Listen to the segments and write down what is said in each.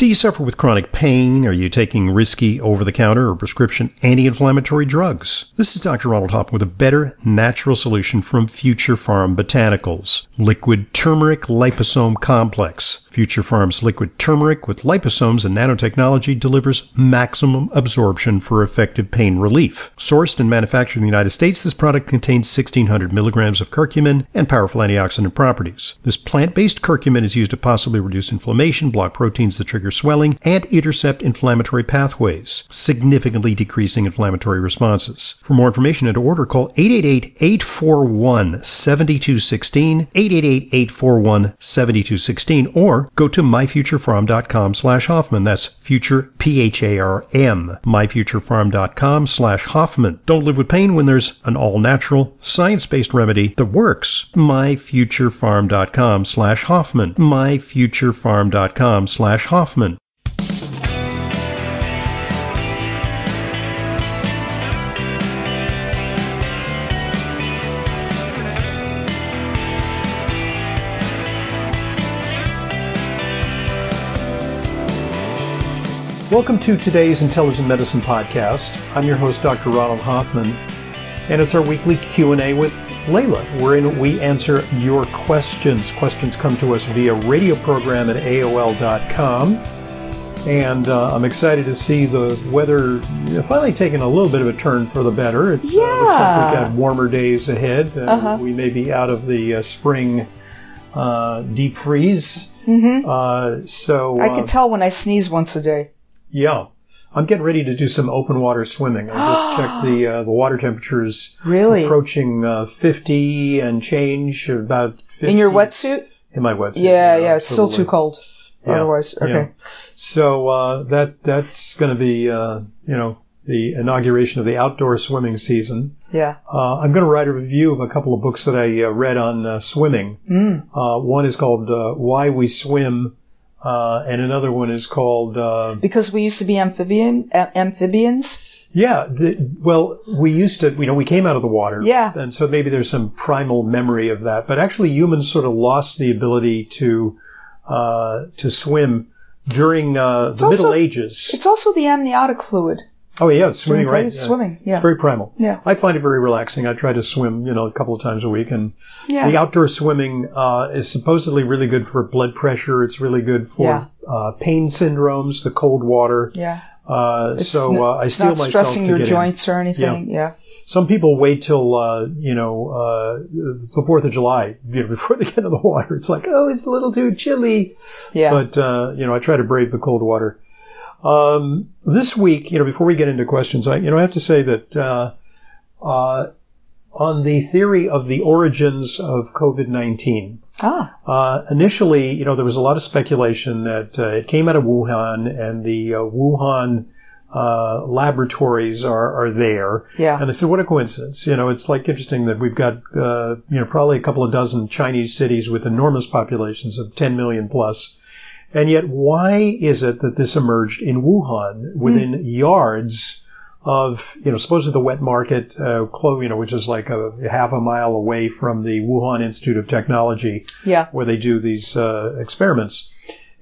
Do you suffer with chronic pain? Are you taking risky over the counter or prescription anti inflammatory drugs? This is Dr. Ronald Hoffman with a better natural solution from Future Farm Botanicals Liquid Turmeric Liposome Complex. Future Farm's liquid turmeric with liposomes and nanotechnology delivers maximum absorption for effective pain relief. Sourced and manufactured in the United States, this product contains 1600 milligrams of curcumin and powerful antioxidant properties. This plant based curcumin is used to possibly reduce inflammation, block proteins that trigger swelling, and intercept inflammatory pathways, significantly decreasing inflammatory responses. For more information and to order, call 888 841 7216, 888 841 7216, or go to myfuturefarm.com slash Hoffman. That's future P H A R M. Myfuturefarm.com slash Hoffman. Don't live with pain when there's an all natural, science based remedy that works. Myfuturefarm.com slash Hoffman. Myfuturefarm.com slash Hoffman. Welcome to today's Intelligent Medicine podcast. I'm your host, Dr. Ronald Hoffman, and it's our weekly Q&A with Layla, wherein we answer your questions. Questions come to us via radio program at AOL.com, and uh, I'm excited to see the weather you know, finally taking a little bit of a turn for the better. It's, uh, looks like we've Yeah. got warmer days ahead. Uh, Uh-huh. We may be out of the uh, spring uh, deep freeze. Mm-hmm. Uh, so I uh, could tell when I sneeze once a day. Yeah. I'm getting ready to do some open water swimming. I just checked the uh, the water temperature is Really? approaching uh, 50 and change, about 50. In your wetsuit? In my wetsuit. Yeah, yeah. It's still too absolutely. cold. Yeah, Otherwise, yeah. okay. So uh, that that's going to be uh, you know the inauguration of the outdoor swimming season. Yeah. Uh, I'm going to write a review of a couple of books that I uh, read on uh, swimming. Mm. Uh, one is called uh, Why We Swim, uh, and another one is called uh, Because we used to be amphibian, a- amphibians. Yeah, the, well, we used to, you know, we came out of the water. Yeah. And so maybe there's some primal memory of that. But actually, humans sort of lost the ability to uh, to swim during uh, the also- Middle Ages. It's also the amniotic fluid. Oh, yeah, swimming, During right? great Swimming. Yeah. It's very primal. yeah. I find it very relaxing. I try to swim, you know, a couple of times a week. And Yeah. the outdoor swimming uh, is supposedly really good for blood pressure. It's really good for uh, pain syndromes, the cold water. yeah. Uh, It's so uh, n- I it's steel not myself stressing to your get in. joints or anything. Yeah. Some people wait till uh, you know uh, the Fourth of July you know, before they get in the water. It's like, oh, it's a little too chilly. Yeah. But uh, you know, I try to brave the cold water. Um, this week, you know, before we get into questions, I you know I have to say that uh, uh, on the theory of the origins of COVID nineteen, ah. uh, initially, you know, there was a lot of speculation that uh, it came out of Wuhan, and the uh, Wuhan uh, laboratories are are there. Yeah. And I said, what a coincidence. You know, it's like interesting that we've got, uh, you know, probably a couple of dozen Chinese cities with enormous populations of 10 million plus. And yet, why is it that this emerged in Wuhan within yards of, you know, supposedly the wet market, uh, clo- you know, which is like a half a mile away from the Wuhan Institute of Technology Yeah. where they do these uh, experiments.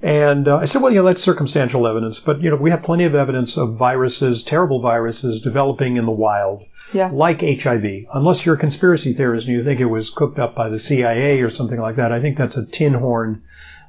And uh, I said, well, you know, that's circumstantial evidence, but you know, we have plenty of evidence of viruses, terrible viruses, developing in the wild, Yeah. like HIV. Unless you're a conspiracy theorist and you think it was cooked up by the CIA or something like that, I think that's a tin horn,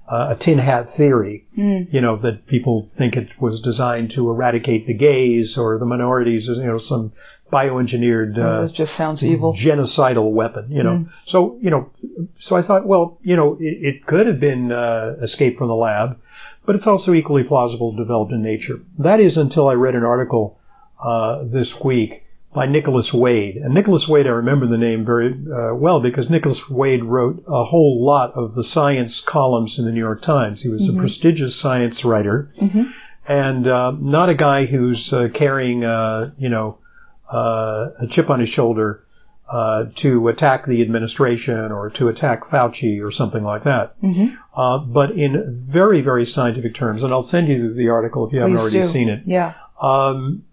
uh, a tin hat theory. Mm. You know, that people think it was designed to eradicate the gays or the minorities, you know, some bioengineered uh, it just sounds evil. genocidal weapon, you know. So, you know, so I thought, well, you know, it, it could have been uh, escaped from the lab, but it's also equally plausible developed in nature. That is until I read an article uh, this week by Nicholas Wade. And Nicholas Wade, I remember the name very uh, well because Nicholas Wade wrote a whole lot of the science columns in the New York Times. He was a prestigious science writer Mhm. and uh, not a guy who's uh, carrying, uh, you know, uh, a chip on his shoulder uh, to attack the administration or to attack Fauci or something like that. Mhm. Uh, but in very, very scientific terms, and I'll send you the article if you haven't Please already do. seen it. Yeah. Um,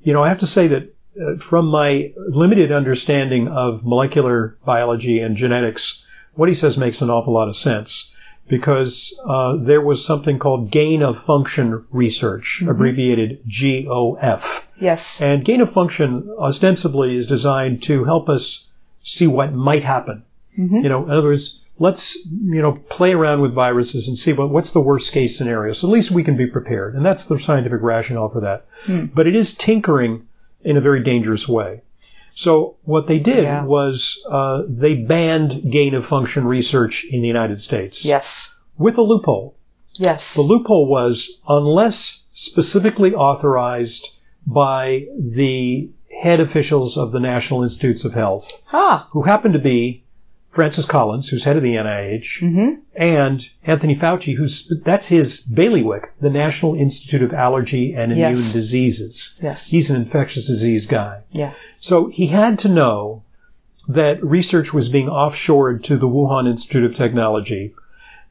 you know, I have to say that uh, from my limited understanding of molecular biology and genetics, what he says makes an awful lot of sense. because uh, there was something called gain of function research, abbreviated GOF. Yes. And gain of function ostensibly is designed to help us see what might happen. You know, in other words, let's, you know, play around with viruses and see what, what's the worst case scenario. So at least we can be prepared. And that's the scientific rationale for that. But it is tinkering in a very dangerous way. So what they did Yeah. was uh, they banned gain of function research in the United States Yes. with a loophole. Yes. The loophole was unless specifically authorized by the head officials of the National Institutes of Health, Ah. who happened to be Francis Collins, who's head of the NIH, Mm-hmm. and Anthony Fauci, who's that's his bailiwick, the National Institute of Allergy and Immune Yes. Diseases. Yes. He's an infectious disease guy. Yeah. So he had to know that research was being offshored to the Wuhan Institute of Technology.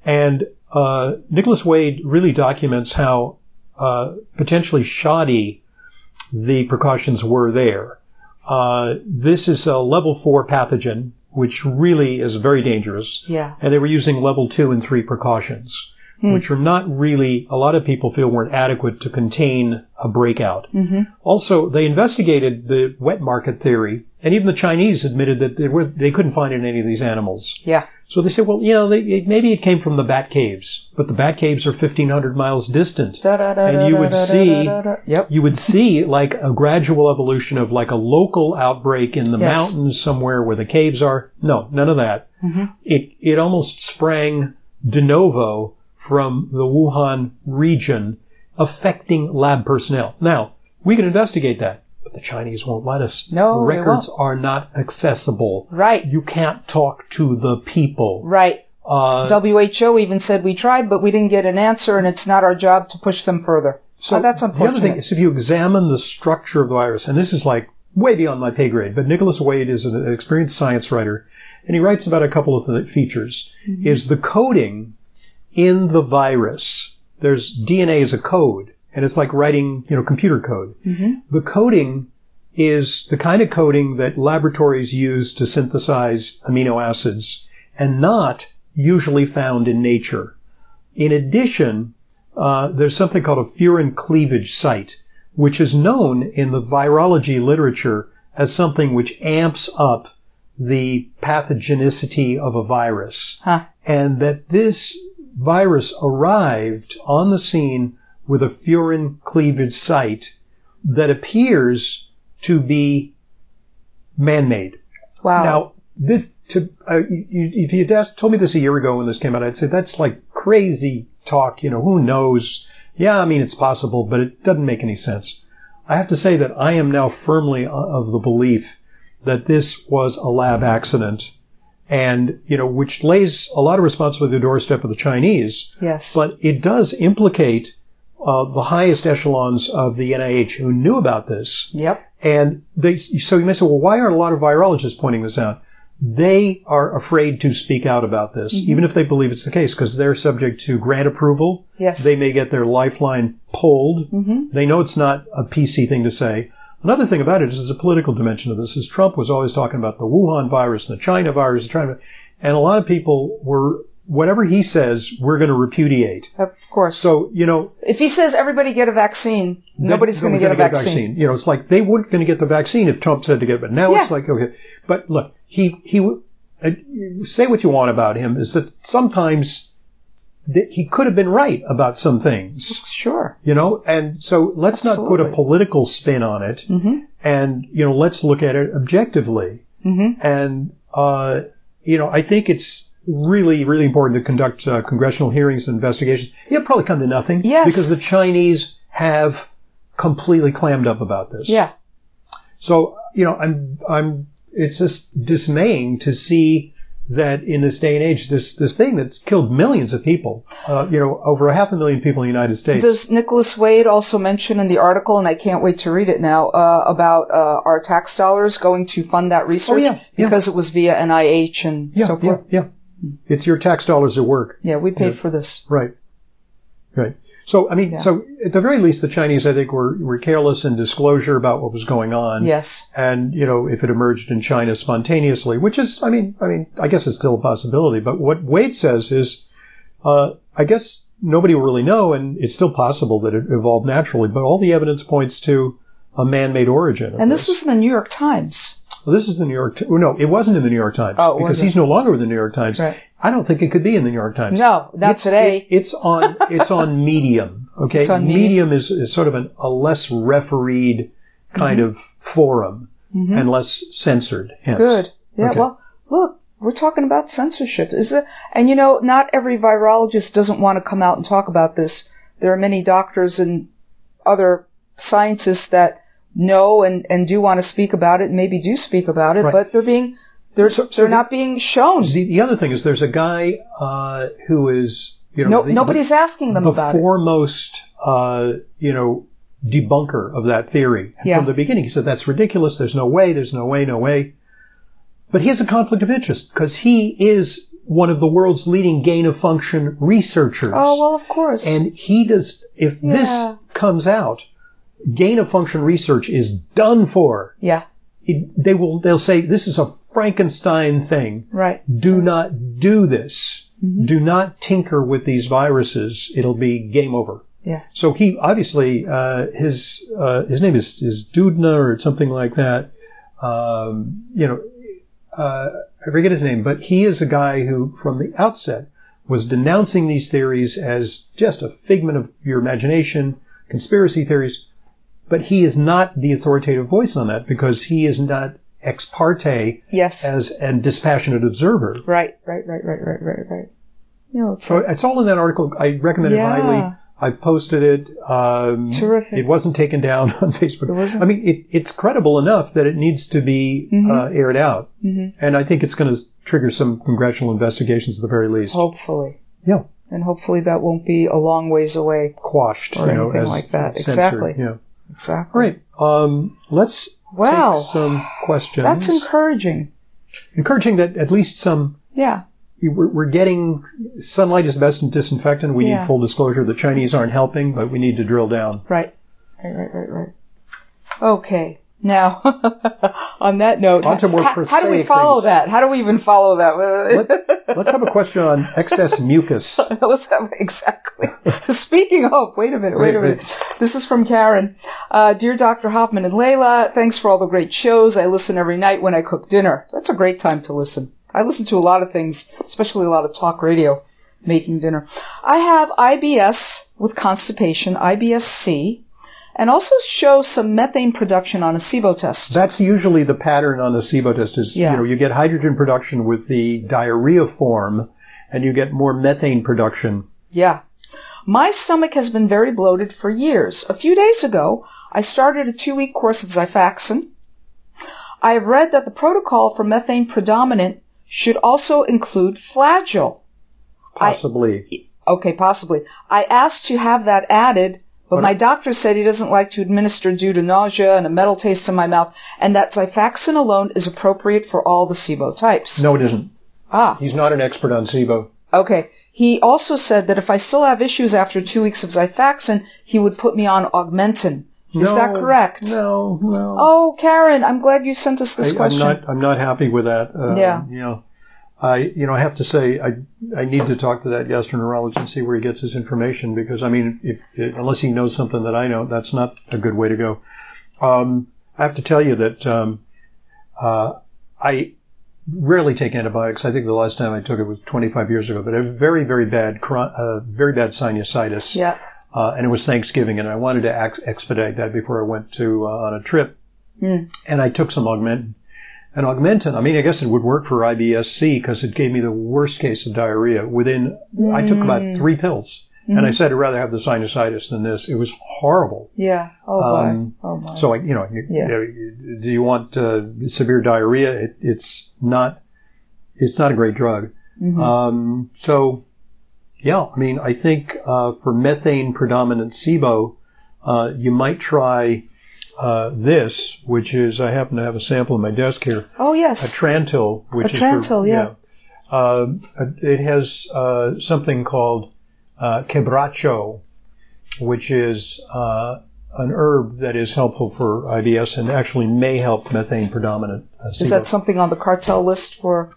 And uh, Nicholas Wade really documents how uh, potentially shoddy the precautions were there. Uh, this is a level four pathogen, which really is very dangerous. Yeah. And they were using level two and three precautions, which are not really, a lot of people feel weren't adequate to contain a breakout. Mm-hmm. Also, they investigated the wet market theory, and even the Chinese admitted that they, were, they couldn't find it in any of these animals. Yeah. So they said, well, you know, they, it, maybe it came from the bat caves, but the bat caves are 1,500 miles distant. Da, da, da, And da, you da, would da, da, see- da, da, da. Yep. You would see like a gradual evolution of like a local outbreak in the Yes. Mm-hmm. mountains somewhere where the caves are. No, none of that. It, it almost sprang de novo from the Wuhan region affecting lab personnel. Now, we can investigate that, but the Chinese won't let us. No, they Records are not accessible. Right. You can't talk to the people. Right. Uh, WHO even said we tried, but we didn't get an answer, and it's not our job to push them further. So Oh, that's The other thing unfortunate. is if you examine the structure of the virus, and this is like way beyond my pay grade, but Nicholas Wade is an experienced science writer, and he writes about a couple of th- features. Mm-hmm. Is the coding in the virus? There's DNA is a code, and it's like writing, you know, computer code. Mm-hmm. The coding is the kind of coding that laboratories use to synthesize amino acids and not usually found in nature. In addition, uh, there's something called a furin cleavage site, which is known in the virology literature as something which amps up the pathogenicity of a virus. Huh. And that this virus arrived on the scene with a furin cleavage site that appears to be man-made. Wow. Now, this to uh, you, you- if you'd asked, told me this a year ago when this came out, I'd say that's like crazy talk. You know, who knows? Yeah, I mean it's possible, but it doesn't make any sense. I have to say that I am now firmly o- of the belief that this was a lab accident, and you know, which lays a lot of responsibility at the doorstep of the Chinese. yes. But it does implicate uh, the highest echelons of the NIH who knew about this. Yep. And they, so you may say, well, why aren't a lot of virologists pointing this out? They are afraid to speak out about this, even if they believe it's the case, because they're subject to grant approval. Yes. They may get their lifeline pulled. Mhm. They know it's not a PC thing to say. Another thing about it is the political dimension of this is Trump was always talking about the Wuhan virus and the China virus and China, and a lot of people were, whatever he says, we're going to repudiate. of course. So, you know, if he says everybody get a vaccine, nobody's they're going to get a gonna vaccine. You know, it's like they weren't going to get the vaccine if Trump said to get it, but now it's Yeah. like okay. But look, he he w- uh, say what you want about him is that sometimes th- he could have been right about some things, Sure. you know. And so let's not put a Absolutely. political spin on it, Mhm. and you know, let's look at it objectively. Mhm. And uh, you know, I think it's. Really, really important to conduct uh, congressional hearings and investigations. It'll probably come to nothing Yes. because the Chinese have completely clammed up about this. Yeah. So you know, I'm I'm. It's just dismaying to see that in this day and age, this this thing that's killed millions of people, uh, you know, over a half a million people in the United States. Does Nicholas Wade also mention in the article, and I can't wait to read it now, uh, about uh, our tax dollars going to fund that research Oh, yeah, yeah. because it was via NIH and yeah, so yeah, forth? yeah. It's your tax dollars at work, Yeah, we paid for this. right? Right. So I mean, Yeah. so at the very least, the Chinese, I think, were were careless in disclosure about what was going on. Yes. and you know if it emerged in China spontaneously, which is, I mean, I mean, I guess it's still a possibility. But what Wade says is Uh, I guess nobody will really know, and it's still possible that it evolved naturally, but all the evidence points to a man-made origin. of And this was in the New York Times. Well, this is the New York. Ti- No, it wasn't in the New York Times Oh, it because wasn't. he's no longer with the New York Times. Right. I don't think it could be in the New York Times. No, not It's- today. it- it's on. It's on Medium. Okay, It's on Medium. is, is sort of an, a less refereed kind Mm-hmm. of forum and less censored. Hence. Good. Yeah. Okay. Well, look, we're talking about censorship. Is it? And you know, not every virologist doesn't want to come out and talk about this. There are many doctors and other scientists that know and, and do want to speak about it, and maybe do speak about it, Right. but they're being they're So- so they're not being shown. The, the other thing is there's a guy uh, who is you know No, the- nobody's asking them the about it. foremost, uh, you know, debunker of that theory. And Yeah. From the beginning, he said, that's ridiculous. There's no way. There's no way, no way. But he has a conflict of interest because he is one of the world's leading gain of function researchers. Oh well, of course. And he does, if Yeah. this comes out, gain of function research is done for. yeah. It- they will, they'll say, this is a Frankenstein thing Right. do not do this. Do not tinker with these viruses. It'll be game over. Yeah. So he obviously uh, his uh, his name is is Dudna or something like that. Um, you know, uh, I forget his name, but he is a guy who, from the outset, was denouncing these theories as just a figment of your imagination, conspiracy theories. But he is not the authoritative voice on that because he is not ex parte Yes. as a dispassionate observer. right. Right. Right. Right. Right. Right. Right. You know, it's So it's all in that article. I recommend it Yeah. highly. I've posted it. Um, Terrific. It wasn't taken down on Facebook. It wasn't? Mm-hmm. I mean, it, it's credible enough that it needs to be uh, aired out. And I think it's going to trigger some congressional investigations at the very least. Oh, hopefully, Yeah. and hopefully that won't be a long ways away. Quashed, Or you know, anything as like that. censored. Exactly. Yeah. All Exactly. right. Um, let's Wow. take some questions. That's encouraging. encouraging that at least some. Yeah. We're, we're getting sunlight is the best disinfectant. We Yeah. need full disclosure. The Chinese aren't helping, but we need to drill down. Right. Right. Right. Right. Right. Okay. Now, on that note, On to more how, how do we prosaic follow things. that? How do we even follow that? Let, us have a question on excess mucus. Let's have exactly. Speaking of, wait a minute, wait, Wait, a minute. This is from Karen. Uh, Dear Dr. Hoffman and Layla, thanks for all the great shows. I listen every night when I cook dinner. That's a great time to listen. I listen to a lot of things, especially a lot of talk radio, making dinner. I have IBS with constipation, IBS-C, and also show some methane production on a SIBO test. That's usually the pattern on the SIBO test is, Yeah. you know, you get hydrogen production with the diarrhea form and you get more methane production. Yeah. My stomach has been very bloated for years. A few days ago, I started a two week course of Xifaxan. I have read that the protocol for methane predominant should also include flagyl. Possibly. Okay, possibly. I asked to have that added, but my doctor said he doesn't like to administer due to nausea and a metal taste in my mouth, and that Xifaxan alone is appropriate for all the SIBO types. no, it isn't. Ah. He's not an expert on SIBO. Okay. He also said that if I still have issues after two weeks of Xifaxan, he would put me on Augmentin. Is No, that correct? No, no. Oh, Karen, I'm glad you sent us this I, am question. not, I'm not happy with that. Uh, Yeah. You know, I, you know, I have to say, I, I need to talk to that gastroenterologist and see where he gets his information because, I mean, if, if, unless he knows something that I know, that's not a good way to go. Um, I have to tell you that, um, uh, I rarely take antibiotics. I think the last time I took it was 25 years ago, but I have very, very bad, chron- uh, very bad sinusitis yeah. uh, and it was Thanksgiving, and I wanted to ex- expedite that before I went to uh, on a trip, Hmm. and I took some Augmentin. And Augmentin, I mean, I guess it would work for IBS-C because it gave me the worst case of diarrhea. Within, I took Hmm. Mm. about three pills, and I said I'd rather have the sinusitis than this. It was horrible. Yeah. Oh, Um, boy. Oh, my. So I, you know, you- Yeah. you- do you want uh, severe diarrhea? It, it's not, it's not a great drug. Hmm. Mm-hmm. Um, so, yeah, I mean, I think uh, for methane predominant SIBO, uh, you might try uh, this, which is I happen to have a sample in my desk here, oh, a yes. Trantil, which A is Trantil, for, yeah. Uh, it has uh, something called uh, quebracho, which is uh, an herb that is helpful for IBS and actually may help methane predominant. Uh, is SIBO. that something on the cartel list for?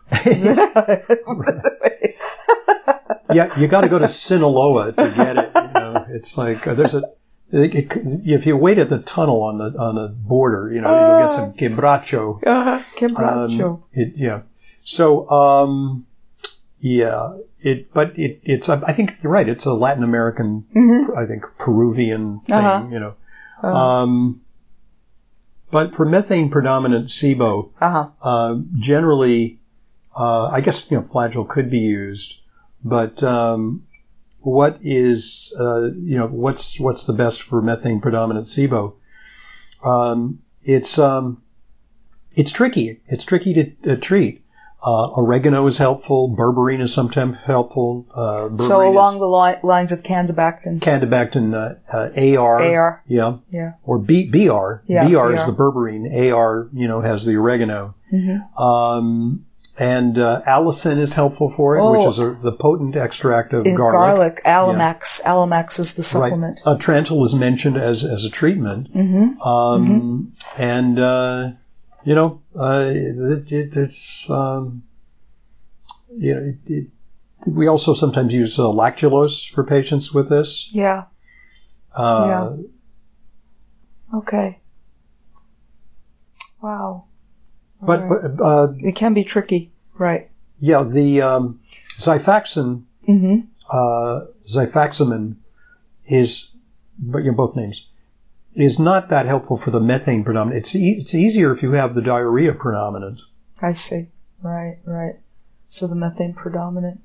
yeah, you got to go to Sinaloa to get it. You know? It's like uh, there's a it, it, if you wait at the tunnel on the on the border, you know you'll get some quebracho. Uh, Ah. quebracho. Um, it, yeah. So um, yeah, it but it it's I think you're right. It's a Latin American, I think Peruvian thing. Mm-hmm. Uh-huh. You know. Um, but for methane predominant SIBO, uh-huh. uh, generally, uh, I guess you know flagell could be used, but um, what is uh, you know what's what's the best for methane predominant SIBO? Um, it's um, it's tricky. It's tricky to uh, treat. Uh, oregano is helpful. Berberine is sometimes helpful. Uh, So berberine along is the li- lines of candibactin, Candibactin uh, uh, AR, AR. yeah, Yeah. or B, BR. Yeah, BR is BR. the berberine. AR, you know, has the oregano. Mm-hmm. Um, and uh, allicin is helpful for it, which Oh. is a, the potent extract of In garlic. garlic, Alamax. Alamax is the Right. supplement. Uh, Trantyl is mentioned as, as a treatment. Mm-hmm. Um, And, uh, you know, uh, it, it, it's, um, you know, it, it, we also sometimes use uh, lactulose for patients with this. Yeah. Uh, Okay. Wow. But, All right. but uh, it can be tricky, right? yeah, the um, Xifaxan Mm-hmm. uh, Xifaxamine is, but you know, both names, is not that helpful for the methane predominant. It's, e- it's easier if you have the diarrhea predominant. I see. Right, right. So the methane predominant.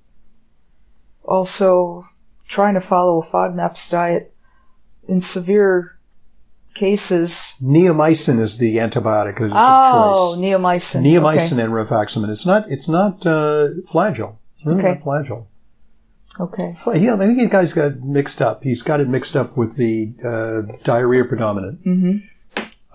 Also, trying to follow a FODMAPS diet in severe cases. Neomycin is the antibiotic of Oh, choice. neomycin. Neomycin and rifaximin. It's not, it's not uh, flagyl. It's really Okay. not flagyl. Okay. okay. Fla- Yeah, I think the guy's got mixed up. He's got it mixed up with the uh, diarrhea predominant. hmm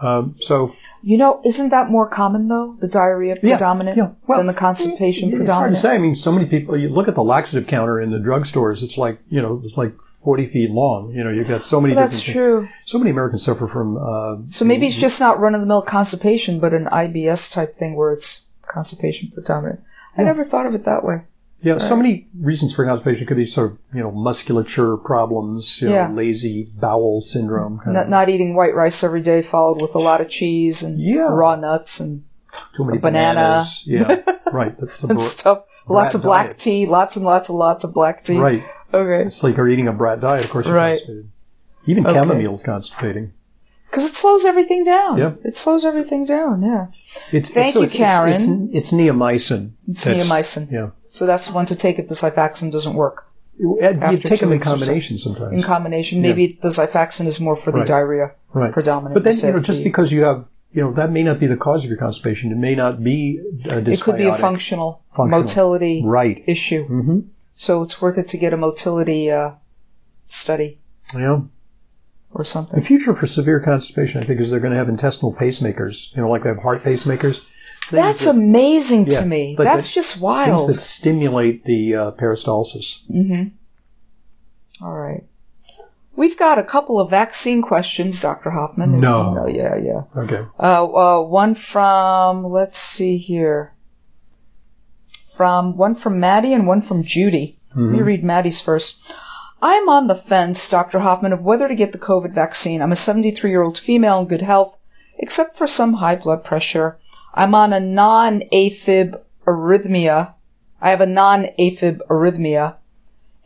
Um, so You know, isn't that more common though? The diarrhea Yeah, predominant yeah. Well, than the constipation It's hard predominant. to say. I mean, so many people. You look at the laxative counter in the drugstores. It's like you know, it's like forty feet long. You know, you've got so many. Well, that's different true. Things. So many Americans suffer from. Uh, So maybe it's just not run of the mill constipation, but an IBS type thing where it's constipation predominant. I never thought of it that way. yeah, so many reasons for constipation It could be sort of you know musculature problems, you know, Yeah. lazy bowel syndrome, kind Not, of not eating white rice every day, followed with a lot of cheese and Yeah. raw nuts and, too many a banana. bananas. Yeah, right. That's the and br- stuff. Lots of diet. black tea, lots and lots and lots of black tea. right. Okay. It's like you're eating a brat diet. Of course, you're Right. constipated. Even Okay. chamomile's constipating. Because it slows everything down. Yeah. It slows everything down, yeah. It's, it's, Thank so you, it's, it's- Karen. It's, it's neomycin. It's That's- neomycin. Yeah. So that's the one to take if the Xifaxan doesn't work. You add- you After take two them in weeks or so. combination In sometimes, combination, maybe the Xifaxan is more for the Right. diarrhea right? predominant. But then you instead know, of just the- because you have, you know, that may not be the cause of your constipation. It may not be a dysbiotic. It could be a functional, Functional. motility Right. issue. Mm-hmm. So it's worth it to get a motility uh, study Yeah. The or something. future for severe constipation, I think, is they're going to have intestinal pacemakers. You know, like they have heart pacemakers. Things That's that- amazing Yeah, to me. but That's that- just things wild. that stimulate the uh, peristalsis. All right. We've got a couple of vaccine questions, Dr. Hoffman. Is- No. yeah, yeah. Okay. Uh, uh, one from, let's see here. From one from Maddie and one from Judy. Let me read Maddie's first. I'm on the fence, Dr. Hoffman, of whether to get the COVID vaccine. I'm a 73 year old female in good health, except for some high blood pressure. I'm on a non AFib arrhythmia. I have a non AFib arrhythmia,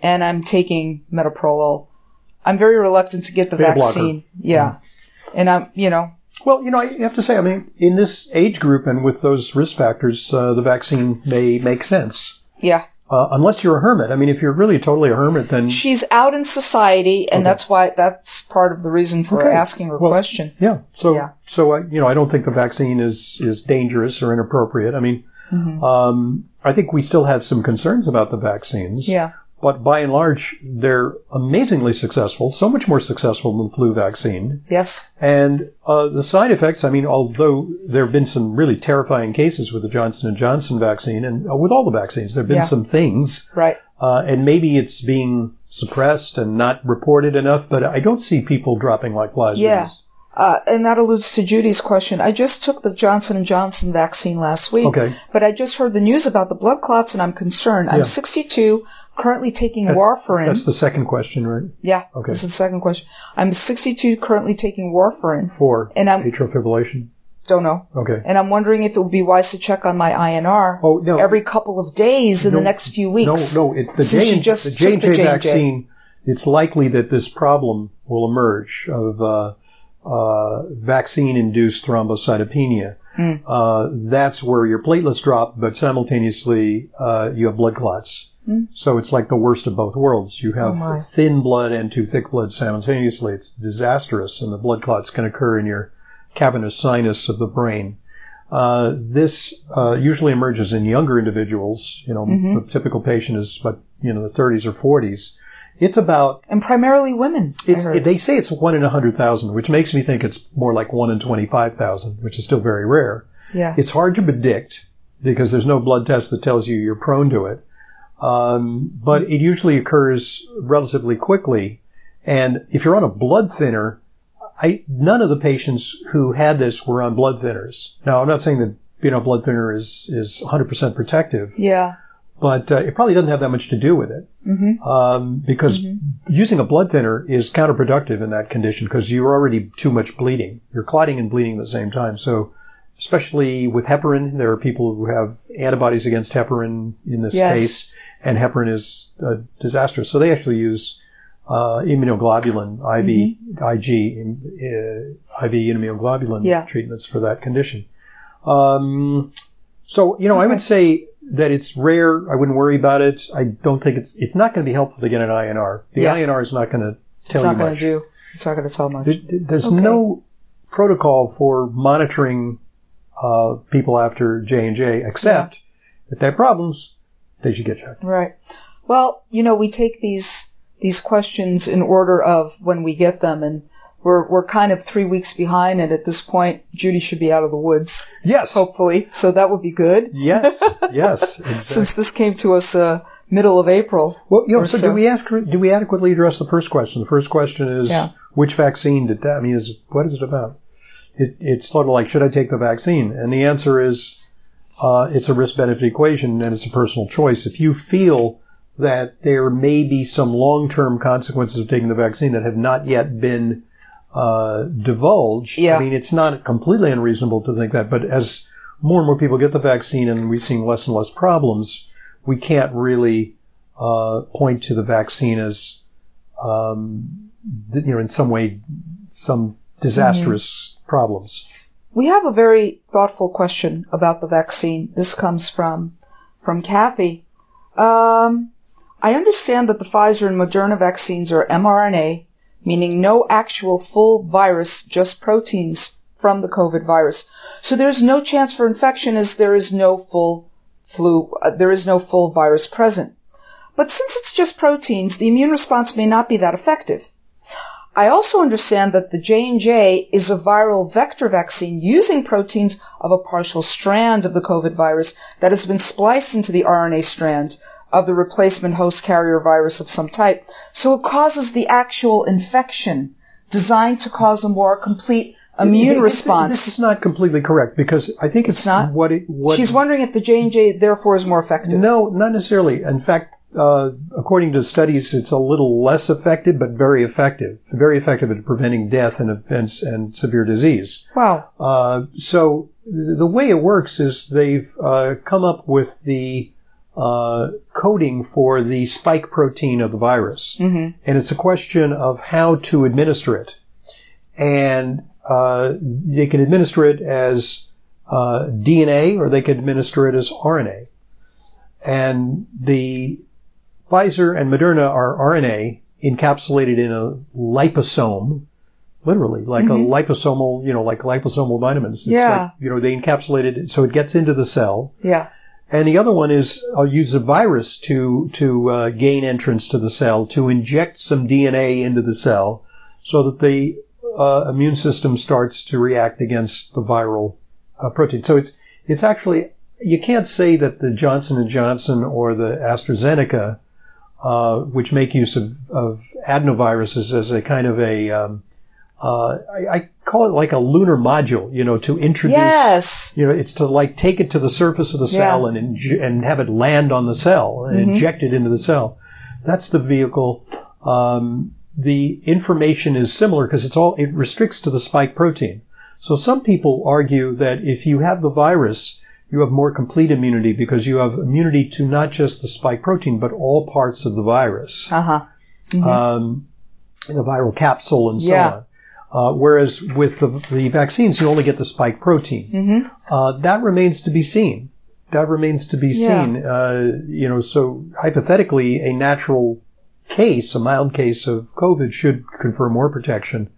and I'm taking metoprolol. I'm very reluctant to get the Beta blocker. vaccine. Yeah. And I'm, you know, Well, you know, I have to say, I mean, in this age group and with those risk factors, uh, the vaccine may make sense. yeah. Uh, unless you're a hermit. I mean, if you're really totally a hermit, then She's out in society, and Okay. that's why that's part of the reason for Okay. asking her Well, question. Yeah. So Yeah. so I, you know I don't think the vaccine is is dangerous or inappropriate. I mean, Mm-hmm. um, I think we still have some concerns about the vaccines. Yeah, But by and large, they're amazingly successful. So much more successful than flu vaccine. yes. And uh, the side effects. I mean, although there have been some really terrifying cases with the Johnson and Johnson vaccine, and uh, with all the vaccines, there have been Yeah. some things. Right. Uh, and maybe it's being suppressed and not reported enough. But I don't see people dropping like flies. with Yeah. this. Uh, and that alludes to Judy's question. I just took the Johnson and Johnson vaccine last week, Okay. but I just heard the news about the blood clots, and I'm concerned. I'm Yeah. 62. currently taking That's- warfarin. That's the second question, right? yeah, Okay. this is the second question. I'm 62, currently taking warfarin. For And I'm- atrial fibrillation. Don't know. Okay. And I'm wondering if it would be wise to check on my INR Oh, no. every couple of days in the No, next few No, weeks. no. It, the, Since J she and, just the took J and the J J&J. vaccine. It's likely that this problem will emerge of uh, uh, vaccine-induced thrombocytopenia. Uh, that's where your platelets drop, but simultaneously uh, you have blood clots. So it's like the worst of both worlds. You have Hmm. Oh, my. thin blood and too thick blood simultaneously. It's disastrous, and the blood clots can occur in your cavernous sinus of the brain. Uh, this uh, usually emerges in younger individuals. You know, Mm-hmm. the typical patient is, but you know, the 30s or 40s. It's about. And primarily women. I It's, heard. they say it's one in a hundred thousand, which makes me think it's more like one in twenty-five thousand, which is still very rare. yeah. It's hard to predict because there's no blood test that tells you you're prone to it. Um, but it usually occurs relatively quickly. And if you're on a blood thinner, I, none of the patients who had this were on blood thinners. Now, I'm not saying that being on a blood thinner is, is 100% protective, yeah. but uh, it probably doesn't have that much to do with it. Mm-hmm. Um, because Mm-hmm. using a blood thinner is counterproductive in that condition because you're already too much bleeding. You're clotting and bleeding at the same time. So, especially with heparin, there are people who have antibodies against heparin in this Yes. case, and heparin is uh, disastrous. So they actually use uh, immunoglobulin, IV, IG, im- uh, IV immunoglobulin Mm-hmm. Yeah. treatments for that condition. Um, so, you know, I would say that it's rare. I wouldn't worry about it. I don't think it's it's not going to be helpful to get an INR. The Yeah. INR is not going to tell It's you not going much. to do. It's not going to tell much. There- There's Okay. no protocol for monitoring uh, people after J and J, except if they have problems, they should get checked. Right. Well, you know, we take these these questions in order of when we get them, and we're we're kind of three weeks behind, and at this point, Judy should be out of the woods, Yes, hopefully. So that would be good, yes, yes. Exactly. since this came to us uh, middle of April. Well, you know, or so, so. do we ask, do we adequately address the first question? The first question is Yeah. which vaccine did that? I mean, is what is it about? It, it's sort of like should I take the vaccine? And the answer is uh, it's a risk benefit equation and it's a personal choice. If you feel that there may be some long term consequences of taking the vaccine that have not yet been uh, divulged, Yeah. I mean, it's not completely unreasonable to think that. But as more and more people get the vaccine and we're seeing less and less problems, we can't really uh, point to the vaccine as, um, th- you know, in some way, some disastrous Mm-hmm. problems. We have a very thoughtful question about the vaccine. This comes from from Kathy. Um, I understand that the Pfizer and Moderna vaccines are mRNA, meaning no actual full virus, just proteins from the COVID virus. So there is no chance for infection as there is no full flu, uh, there is no full virus present. But since it's just proteins, the immune response may not be that effective. I also understand that the J&J is a viral vector vaccine using proteins of a partial strand of the COVID virus that has been spliced into the RNA strand of the replacement host carrier virus of some type. So it causes the actual infection designed to cause a more complete immune This- response. This is not completely correct because I think it's, It's not? what it what. She's wondering if the J&J therefore is more effective. no, not necessarily. In fact, uh, according to studies, it's a little less effective, but very effective. Very effective at preventing death and events and severe disease. Wow. Uh, so th- the way it works is they've uh, come up with the uh, coding for the spike protein of the virus, mm-hmm. and it's a question of how to administer it. And uh, they can administer it as uh, DNA, or they can administer it as RNA. And the Pfizer and Moderna are RNA encapsulated in a liposome, literally like a liposomal, you know, like liposomal vitamins. It's Yeah. like, you know, they encapsulated it so it gets into the cell. Yeah. And the other one is I'll use a virus to to uh, gain entrance to the cell to inject some DNA into the cell so that the uh, immune system starts to react against the viral uh, protein. So it's it's actually you can't say that the Johnson and Johnson or the AstraZeneca, uh, which make use of, of adenoviruses as a kind of a um, uh, I, I call it like a lunar module, you know, to introduce Yes. you know, it's to like take it to the surface of the Yeah. cell and inj- and have it land on the cell and inject it into the cell. That's the vehicle. Um, the information is similar because it's all, it restricts to the spike protein. So some people argue that if you have the virus, you have more complete immunity because you have immunity to not just the spike protein, but all parts of the virus Uh huh. um, the viral capsule and so Yeah. on. Uh, whereas with the, the vaccines, you only get the spike protein. Mm-hmm. Uh, that remains to be seen. That remains to be Yeah. seen. Uh, you know, so hypothetically, a natural case, a mild case of COVID, should confer more protection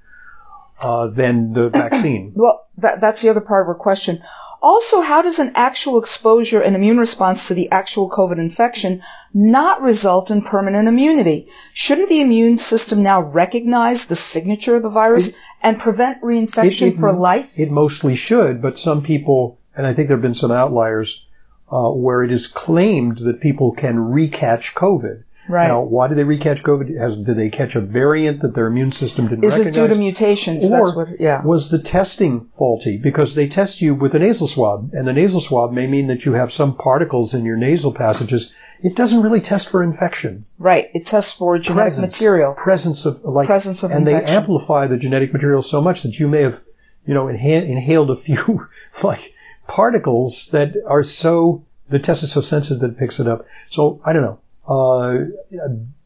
uh, than the vaccine. Well, that, that's the other part of her question. Also, how does an actual exposure and immune response to the actual COVID infection not result in permanent immunity? Shouldn't the immune system now recognize the signature of the virus and prevent reinfection it- for life? It mostly should, but some people, and I think there have been some outliers, uh, where it is claimed that people can recatch COVID. right. Now, why did they recatch COVID? Has, did they catch a variant that their immune system didn't Is it recognize? due to mutations? or that's what, yeah. was the testing faulty? Because they test you with a nasal swab, and the nasal swab may mean that you have some particles in your nasal passages. It doesn't really test for infection. Right. It tests for genetic material. presence of like, Presence of and they infection. amplify the genetic material so much that you may have, you know, inha- inhaled a few like particles that are so the test is so sensitive that it picks it up. So I don't know. Uh,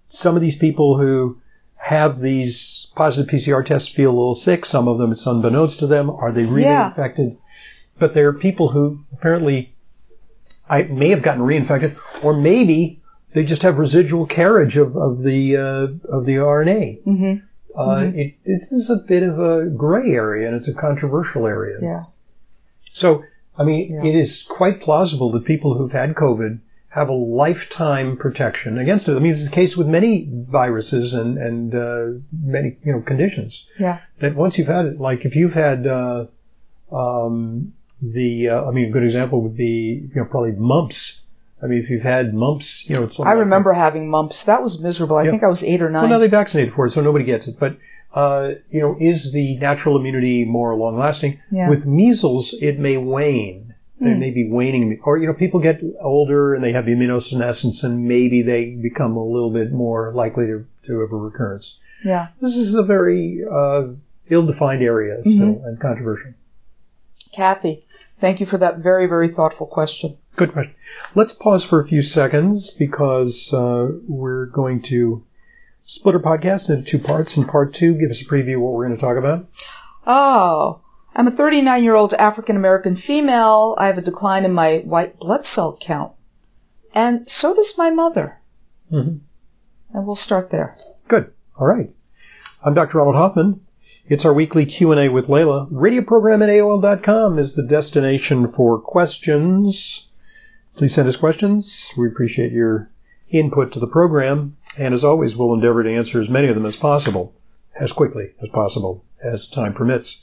some of these people who have these positive PCR tests feel a little sick. Some of them, it's unbeknownst to them. Are they really Yeah. infected? But there are people who apparently I may have gotten reinfected, or maybe they just have residual carriage of, of the uh, of the RNA. hmm Uh, It, this is a bit of a gray area, and it's a controversial area. Yeah. So, I mean, Yeah. it is quite plausible that people who've had COVID have a lifetime protection against it. I mean, this is the case with many viruses and and uh, many you know conditions. Yeah. That once you've had it, like if you've had uh, um, the, uh, I mean, a good example would be you know probably mumps. I mean, if you've had mumps, you know, it's like I remember having mumps. That was miserable. I Yeah. think I was eight or nine. Well, now they vaccinated for it, so nobody gets it. But uh, you know, is the natural immunity more long lasting? Yeah. With measles, it may wane. It may be waning, or you know, people get older and they have immunosenescence, and maybe they become a little bit more likely to, to have a recurrence. yeah. This is a very uh, ill-defined area still and controversial. Kathy, thank you for that very, very thoughtful question. Good question. Let's pause for a few seconds because uh, we're going to split our podcast into two parts. In part two, give us a preview of what we're going to talk about. Oh, I'm a 39 year old African American female. I have a decline in my white blood cell count. And so does my mother. Mhm. And we'll start there. Good. All right. I'm Dr. Ronald Hoffman. It's our weekly Q&A with Layla. Radio program at AOL.com is the destination for questions. Please send us questions. We appreciate your input to the program. And as always, we'll endeavor to answer as many of them as possible, as quickly as possible, as time permits.